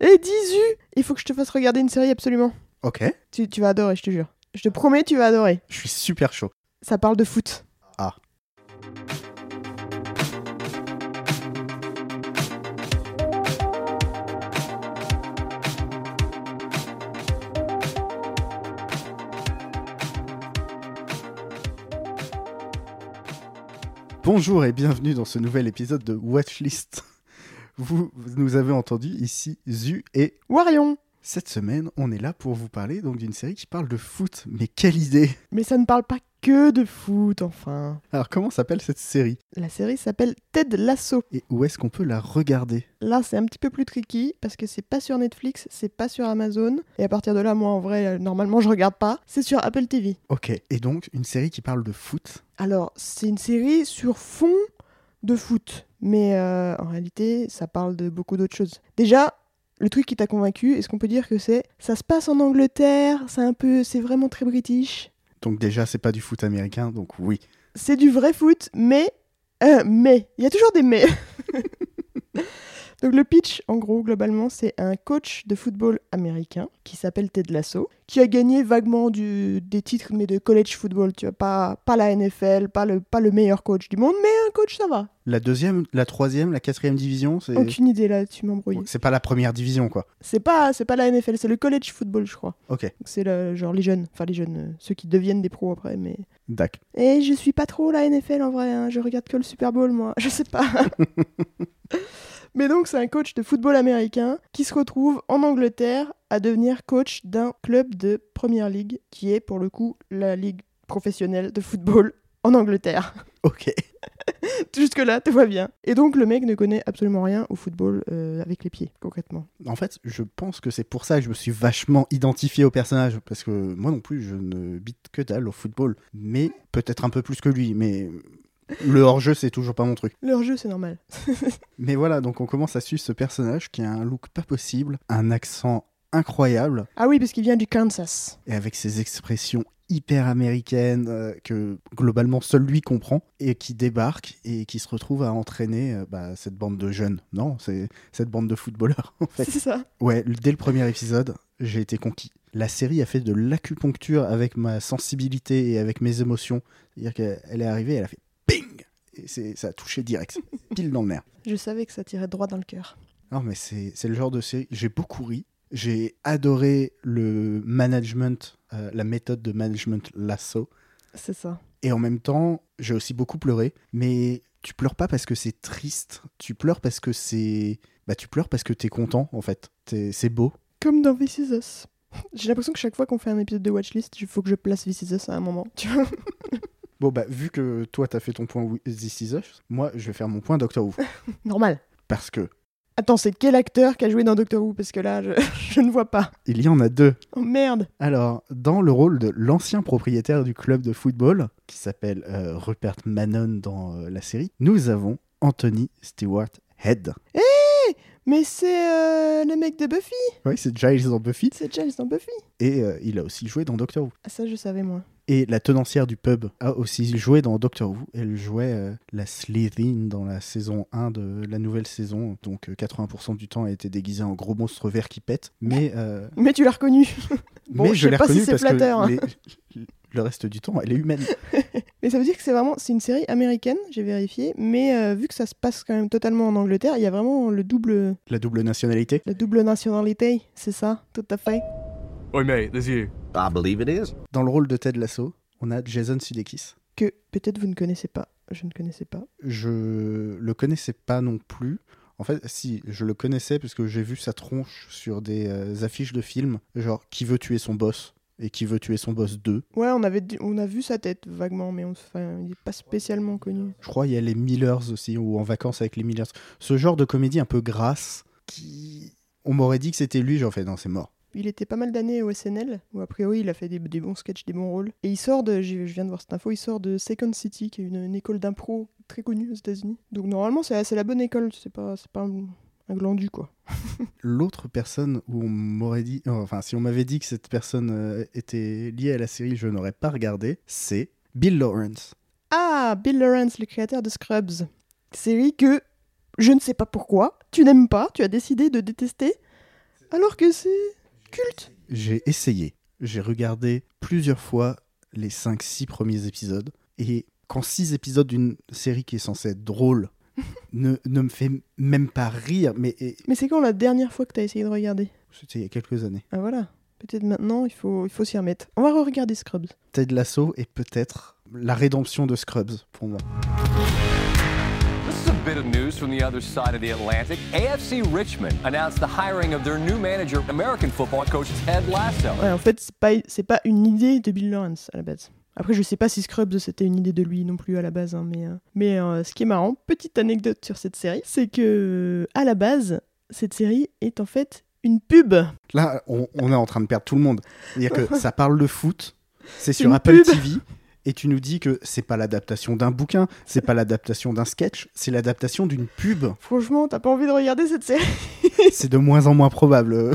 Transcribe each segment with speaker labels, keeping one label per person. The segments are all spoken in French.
Speaker 1: Eh, Dizu Il faut que je te fasse regarder une série absolument.
Speaker 2: Ok,
Speaker 1: Tu, tu vas adorer, je te jure. Je te promets, tu vas adorer.
Speaker 2: je suis super chaud.
Speaker 1: Ça parle de foot.
Speaker 2: Ah. Bonjour et bienvenue dans ce nouvel épisode de Watchlist. Vous vous nous avez entendu ici Zu et
Speaker 1: Warion
Speaker 2: cette semaine, on est là pour vous parler donc d'une série qui parle de foot. Mais quelle idée
Speaker 1: Mais ça ne parle pas que de foot, enfin.
Speaker 2: Alors comment s'appelle cette série
Speaker 1: La série s'appelle Ted Lasso.
Speaker 2: et où est-ce qu'on peut la regarder
Speaker 1: Là, c'est un petit peu plus tricky parce que c'est pas sur Netflix, c'est pas sur Amazon. Et à partir de là, moi, en vrai, euh, normalement, je regarde pas. C'est sur Apple TV.
Speaker 2: Ok, et donc une série qui parle de foot.
Speaker 1: Alors, c'est une série sur fond de foot. Mais euh, en réalité, ça parle de beaucoup d'autres choses. Déjà, le truc qui t'a convaincu, est-ce qu'on peut dire que c'est ça se passe en Angleterre, c'est un peu c'est vraiment très british.
Speaker 2: Donc déjà, c'est pas du foot américain, donc oui.
Speaker 1: C'est du vrai foot, mais euh, mais il y a toujours des mais. Donc le pitch, en gros, globalement, c'est un coach de football américain qui s'appelle Ted Lasso, qui a gagné vaguement du- des titres, mais de college football, tu vois, pas, pas la NFL, pas le, pas le meilleur coach du monde, mais un coach, ça va.
Speaker 2: La deuxième, la troisième, la quatrième division, c'est
Speaker 1: Aucune idée là, tu m'embrouilles.
Speaker 2: c'est pas la première division quoi.
Speaker 1: C'est pas, c'est pas la NFL, c'est le college football, je crois.
Speaker 2: Ok,
Speaker 1: Donc, C'est le, genre les jeunes, enfin les jeunes, euh, ceux qui deviennent des pros après, mais...
Speaker 2: d'accord.
Speaker 1: Et je suis pas trop la NFL en vrai, hein. je regarde que le Super Bowl moi, je sais pas. Mais donc c'est un coach de football américain qui se retrouve en Angleterre à devenir coach d'un club de Première League qui est pour le coup la ligue professionnelle de football en Angleterre.
Speaker 2: Ok.
Speaker 1: Jusque-là, tout va bien. Et donc le mec ne connaît absolument rien au football euh, avec les pieds, concrètement.
Speaker 2: En fait, je pense que c'est pour ça que je me suis vachement identifié au personnage parce que moi non plus, je ne bite que dalle au football, mais peut-être un peu plus que lui, mais le hors-jeu, c'est toujours pas mon truc.
Speaker 1: Leur jeu, c'est normal.
Speaker 2: Mais voilà, donc on commence à suivre ce personnage qui a un look pas possible, un accent incroyable,
Speaker 1: Ah oui, parce qu'il vient du Kansas.
Speaker 2: et avec ses expressions hyper américaines euh, que globalement seul lui comprend et qui débarque et qui se retrouve à entraîner euh, bah, cette bande de jeunes. Non, c'est cette bande de footballeurs en fait.
Speaker 1: C'est ça.
Speaker 2: Ouais, l- dès le premier épisode, j'ai été conquis. La série a fait de l'acupuncture avec ma sensibilité et avec mes émotions. C'est-à-dire qu'elle elle est arrivée, elle a fait ping et c'est- ça a touché direct, pile dans le nerf.
Speaker 1: Je savais que ça tirait droit dans le cœur.
Speaker 2: Non, mais c'est c'est le genre de série. J'ai beaucoup ri. J'ai adoré le management, euh, la méthode de management Lasso.
Speaker 1: C'est ça.
Speaker 2: Et en même temps, j'ai aussi beaucoup pleuré. Mais tu pleures pas parce que c'est triste. Tu pleures parce que c'est. Bah, tu pleures parce que t'es content, en fait. T'es- C'est beau.
Speaker 1: Comme dans This Is Us. J'ai l'impression que chaque fois qu'on fait un épisode de Watchlist, il faut que je place This Is Us à un moment. Tu vois
Speaker 2: Bon, bah, vu que toi, t'as fait ton point Wi- This Is Us, moi, je vais faire mon point Doctor Who.
Speaker 1: Normal.
Speaker 2: Parce que
Speaker 1: Attends, c'est quel acteur qui a joué dans Doctor Who Parce que là, je, je ne vois pas.
Speaker 2: il y en a deux.
Speaker 1: Oh merde
Speaker 2: Alors, dans le rôle de l'ancien propriétaire du club de football, qui s'appelle euh, Rupert Manon dans euh, la série, nous avons Anthony Stewart Head.
Speaker 1: Mais c'est euh, le mec de Buffy
Speaker 2: Oui, c'est Giles dans Buffy,
Speaker 1: C'est Giles dans Buffy
Speaker 2: et euh, il a aussi joué dans Doctor Who.
Speaker 1: Ah, ça, je savais, moi.
Speaker 2: Et la tenancière du pub a aussi joué dans Doctor Who. Elle jouait euh, la Slytherin dans la saison 1 de la nouvelle saison. Donc euh, 80% du temps, elle était déguisée en gros monstre vert qui pète. Mais, euh,
Speaker 1: Mais tu l'as reconnu Bon,
Speaker 2: mais
Speaker 1: je
Speaker 2: je
Speaker 1: sais
Speaker 2: l'ai
Speaker 1: pas si
Speaker 2: reconnue
Speaker 1: c'est
Speaker 2: parce
Speaker 1: flatteur, hein.
Speaker 2: que les- le reste du temps, elle est humaine.
Speaker 1: Mais ça veut dire que c'est vraiment. C'est une série américaine, j'ai vérifié. Mais euh, vu que ça se passe quand même totalement en Angleterre, il y a vraiment le double,
Speaker 2: La double nationalité.
Speaker 1: la double nationalité. C'est ça, tout à fait.
Speaker 3: Oi, mate, there's you.
Speaker 4: I believe it is.
Speaker 2: Dans le rôle de Ted Lasso, on a Jason Sudeikis.
Speaker 1: Que peut-être vous ne connaissez pas. Je ne connaissais pas.
Speaker 2: Je le connaissais pas non plus. En fait, si, je le connaissais parce que j'ai vu sa tronche sur des euh, affiches de films, genre Qui veut tuer son boss et Qui veut tuer son boss 2.
Speaker 1: Ouais, on, avait, dit- on a vu sa tête vaguement, mais on, enfin, il n'est pas spécialement connu.
Speaker 2: Je crois il y a les Millers aussi, ou En vacances avec les Millers. Ce genre de comédie un peu grasse qui. On m'aurait dit que c'était lui, j'en fais non, c'est mort.
Speaker 1: Il était pas mal d'années au SNL, où a priori il a fait des, des bons sketchs, des bons rôles. Et il sort de, j'ai- je viens de voir cette info, il sort de Second City, qui est une, une école d'impro très connue aux États-Unis. Donc normalement c'est c'est la bonne école, c'est pas, c'est pas un, un glandu quoi.
Speaker 2: L'autre personne où on m'aurait dit. euh, Enfin, si on m'avait dit que cette personne euh, était liée à la série, je n'aurais pas regardé, c'est Bill Lawrence.
Speaker 1: Ah, Bill Lawrence, le créateur de Scrubs. Série que je ne sais pas pourquoi, tu n'aimes pas, tu as décidé de détester. Alors que c'est culte.
Speaker 2: J'ai essayé. J'ai regardé plusieurs fois les 5-6 premiers épisodes. Et quand 6 épisodes d'une série qui est censée être drôle ne, ne me fait même pas rire, mais et-
Speaker 1: Mais c'est quand la dernière fois que t'as essayé de regarder
Speaker 2: c'était il y a quelques années.
Speaker 1: Ah voilà. Peut-être maintenant, il faut, il faut s'y remettre. On va re-regarder Scrubs.
Speaker 2: Ted Lasso est peut-être la rédemption de Scrubs pour moi.
Speaker 3: This is a bit of news from the other side of the Atlantic. AFC Richmond announced the hiring of their new manager, American football coach Ted Lasso.
Speaker 1: Ouais, en fait, c'est pas, c'est pas une idée de Bill Lawrence à la base. Après, je sais pas si Scrubs c'était une idée de lui non plus à la base, hein, mais, euh, mais euh, ce qui est marrant, petite anecdote sur cette série, c'est que à la base, cette série est en fait une pub.
Speaker 2: Là, on, on est en train de perdre tout le monde. C'est-à-dire que ça parle de foot, c'est sur
Speaker 1: Une
Speaker 2: Apple
Speaker 1: pub.
Speaker 2: TV, et tu nous dis que c'est pas l'adaptation d'un bouquin, c'est pas l'adaptation d'un sketch, c'est l'adaptation d'une pub.
Speaker 1: Franchement, t'as pas envie de regarder cette série
Speaker 2: C'est de moins en moins probable.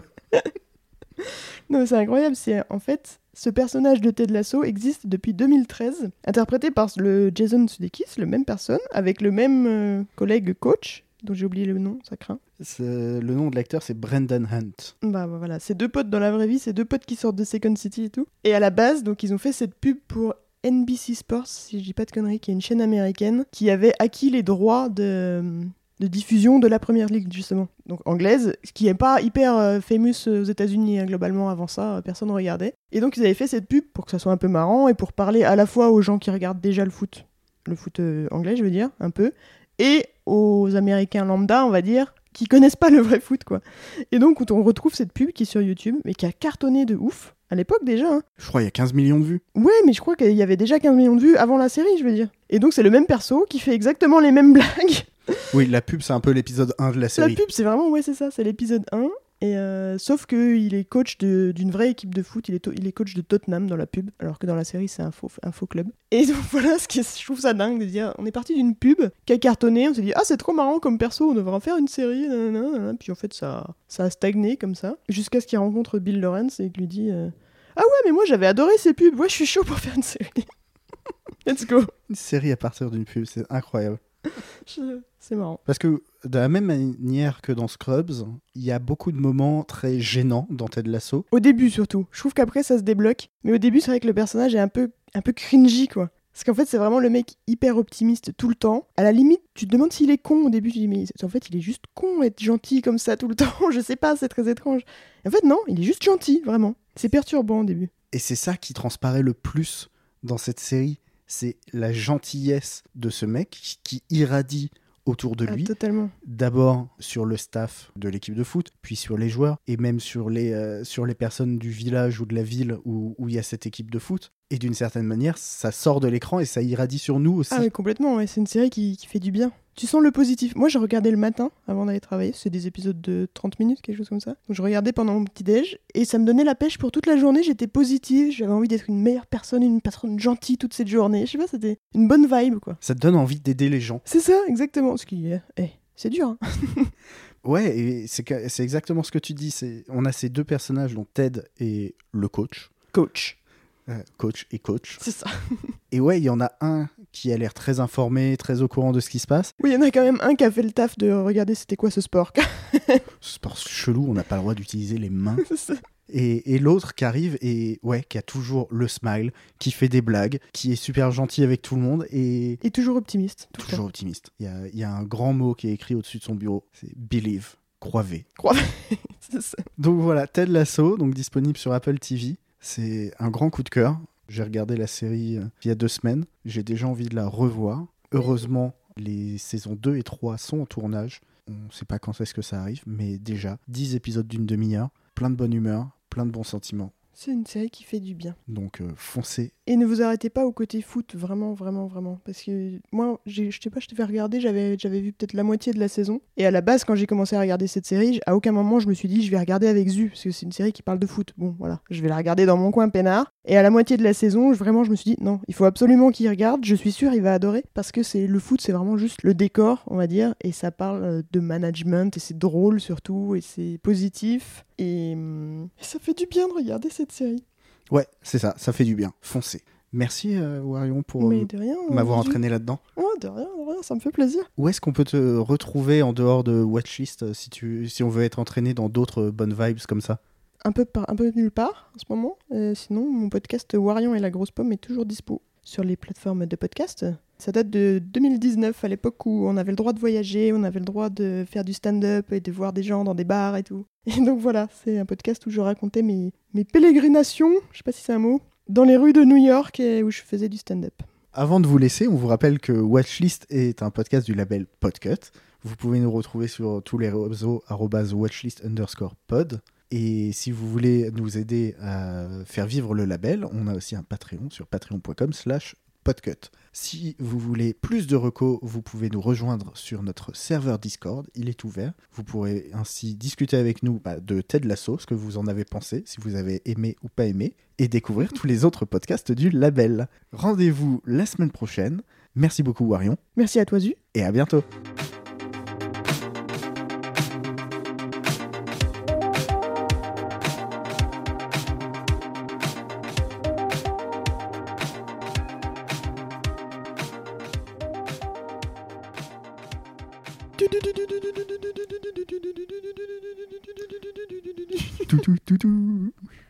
Speaker 1: Non, mais c'est incroyable, c'est en fait ce personnage de Ted Lasso existe depuis 2013, interprété par le Jason Sudeikis, le même personne, avec le même euh, collègue coach, dont j'ai oublié le nom, ça craint.
Speaker 2: C'est- Le nom de l'acteur, c'est Brendan Hunt.
Speaker 1: Bah bah, voilà, c'est deux potes dans la vraie vie, c'est deux potes qui sortent de Second City et tout. Et à la base, donc ils ont fait cette pub pour NBC Sports, si je dis pas de conneries, qui est une chaîne américaine qui avait acquis les droits de, de diffusion de la première ligue justement, donc anglaise, ce qui est pas hyper euh, famous euh, aux États-Unis hein, globalement avant ça, euh, personne regardait. Et donc ils avaient fait cette pub pour que ça soit un peu marrant et pour parler à la fois aux gens qui regardent déjà le foot, le foot euh, anglais, je veux dire, un peu, et aux Américains lambda, on va dire, qui connaissent pas le vrai foot quoi. Et donc, on retrouve cette pub qui est sur YouTube, mais qui a cartonné de ouf, à l'époque déjà. hein.
Speaker 2: Je crois qu'il y a 15 millions de vues.
Speaker 1: Ouais, mais je crois qu'il y avait déjà 15 millions de vues avant la série, je veux dire. Et donc, c'est le même perso qui fait exactement les mêmes blagues.
Speaker 2: Oui, la pub, c'est un peu l'épisode 1 de la
Speaker 1: La
Speaker 2: série.
Speaker 1: pub, c'est vraiment, ouais, c'est ça, c'est l'épisode 1. Et euh, sauf qu'il est coach de- d'une vraie équipe de foot, il est, to- il est coach de Tottenham dans la pub, alors que dans la série c'est un faux, un faux club. Et donc voilà, ce qui est- je trouve ça dingue de dire, on est parti d'une pub qui a cartonné, on s'est dit ah c'est trop marrant comme perso, on devrait en faire une série, nanana, nanana. puis en fait ça, ça a stagné comme ça, jusqu'à ce qu'il rencontre Bill Lawrence et qu'il lui dit euh, ah ouais mais moi j'avais adoré ces pubs, ouais je suis chaud pour faire une série. Let's go.
Speaker 2: Une série à partir d'une pub, c'est incroyable.
Speaker 1: Je- C'est marrant.
Speaker 2: Parce que de la même manière que dans Scrubs, il y a beaucoup de moments très gênants dans Ted Lasso.
Speaker 1: Au début surtout. Je trouve qu'après ça se débloque. Mais au début, c'est vrai que le personnage est un peu, un peu cringy quoi. Parce qu'en fait, c'est vraiment le mec hyper optimiste tout le temps. À la limite, tu te demandes s'il est con au début. Tu te dis, mais en fait, il est juste con être gentil comme ça tout le temps. Je sais pas, c'est très étrange. En fait, non, il est juste gentil, vraiment. C'est perturbant au début.
Speaker 2: Et c'est ça qui transparaît le plus dans cette série. C'est la gentillesse de ce mec qui irradie autour de
Speaker 1: Ah,
Speaker 2: lui,
Speaker 1: totalement.
Speaker 2: d'abord sur le staff de l'équipe de foot, puis sur les joueurs, et même sur les, euh, sur les personnes du village ou de la ville où où il y a cette équipe de foot. Et d'une certaine manière, ça sort de l'écran et ça irradie sur nous aussi.
Speaker 1: Ah, mais complètement, ouais. C'est une série qui, qui fait du bien. Tu sens le positif. Moi, j'ai regardé le matin avant d'aller travailler. C'est des épisodes de 30 minutes, quelque chose comme ça. Donc, je regardais pendant mon petit-déj et ça me donnait la pêche pour toute la journée. J'étais positive. J'avais envie d'être une meilleure personne, une personne gentille toute cette journée. Je sais pas, c'était une bonne vibe, quoi.
Speaker 2: Ça te donne envie d'aider les gens.
Speaker 1: C'est ça, exactement. Ce qui est. eh, c'est dur, hein.
Speaker 2: Ouais, et c'est que- c'est exactement ce que tu dis. c'est- On a ces deux personnages, donc Ted et le coach.
Speaker 1: Coach.
Speaker 2: Euh, coach et coach.
Speaker 1: C'est ça.
Speaker 2: Et ouais, il y en a un qui a l'air très informé, très au courant de ce qui se passe.
Speaker 1: Oui, il y en a quand même un qui a fait le taf de regarder c'était quoi ce sport.
Speaker 2: Sport chelou, on n'a pas le droit d'utiliser les mains.
Speaker 1: C'est ça.
Speaker 2: Et, et l'autre qui arrive et ouais, qui a toujours le smile, qui fait des blagues, qui est super gentil avec tout le monde et
Speaker 1: et toujours optimiste. Tout le temps.
Speaker 2: toujours optimiste. Il y a, il y a un grand mot qui est écrit au-dessus de son bureau. C'est believe, croyez.
Speaker 1: C'est ça.
Speaker 2: Donc voilà, Ted Lasso, donc disponible sur Apple TV. C'est un grand coup de cœur. J'ai regardé la série euh, il y a deux semaines. J'ai déjà envie de la revoir. Heureusement, les saisons 2 et 3 sont en tournage. On ne sait pas quand est-ce que ça arrive, mais déjà, 10 épisodes d'une demi-heure, plein de bonne humeur, plein de bons sentiments.
Speaker 1: C'est une série qui fait du bien.
Speaker 2: Donc euh, foncez.
Speaker 1: Et ne vous arrêtez pas au côté foot, vraiment, vraiment, vraiment. Parce que moi, j'ai- je sais pas, je t'ai fait regarder, j'avais j'avais vu peut-être la moitié de la saison. Et à la base, quand j'ai commencé à regarder cette série, j- à aucun moment je me suis dit je vais regarder avec Zu, parce que c'est une série qui parle de foot. Bon, voilà, je vais la regarder dans mon coin peinard. Et à la moitié de la saison, je- vraiment, je me suis dit non, il faut absolument qu'il regarde, je suis sûr, il va adorer. Parce que c'est le foot, c'est vraiment juste le décor, on va dire. Et ça parle euh, de management, et c'est drôle surtout, et c'est positif. Et, hum, et ça fait du bien de regarder cette série.
Speaker 2: Ouais, c'est ça, ça fait du bien. Foncez. Merci, euh, Warion, pour
Speaker 1: Mais
Speaker 2: euh,
Speaker 1: de rien.
Speaker 2: m'avoir
Speaker 1: euh, je-
Speaker 2: entraîné là-dedans.
Speaker 1: Oh, de rien, de rien, ça me fait plaisir.
Speaker 2: Où est-ce qu'on peut te retrouver en dehors de Watchlist euh, si, tu, si on veut être entraîné dans d'autres euh, bonnes vibes comme ça
Speaker 1: Un peu, par- un peu nulle part en ce moment. Euh, sinon, mon podcast Warion et la grosse pomme est toujours dispo sur les plateformes de podcast. Ça date de 2019, à l'époque où on avait le droit de voyager, on avait le droit de faire du stand-up et de voir des gens dans des bars et tout. Et donc voilà, c'est un podcast où je racontais mes, mes pérégrinations, je sais pas si c'est un mot, dans les rues de New York et où je faisais du stand-up.
Speaker 2: Avant de vous laisser, on vous rappelle que Watchlist est un podcast du label Podcut. Vous pouvez nous retrouver sur tous les réseaux arobase watchlist underscore pod. Et si vous voulez nous aider à faire vivre le label, on a aussi un Patreon sur patreon.com slash podcut. Si vous voulez plus de recos, vous pouvez nous rejoindre sur notre serveur Discord, il est ouvert. Vous pourrez ainsi discuter avec nous bah, de Ted Lasso, ce que vous en avez pensé, si vous avez aimé ou pas aimé, et découvrir tous les autres podcasts du label. Rendez-vous la semaine prochaine. Merci beaucoup Warion
Speaker 1: Merci à toi, Zu.
Speaker 2: et à bientôt. Toutou, toutou.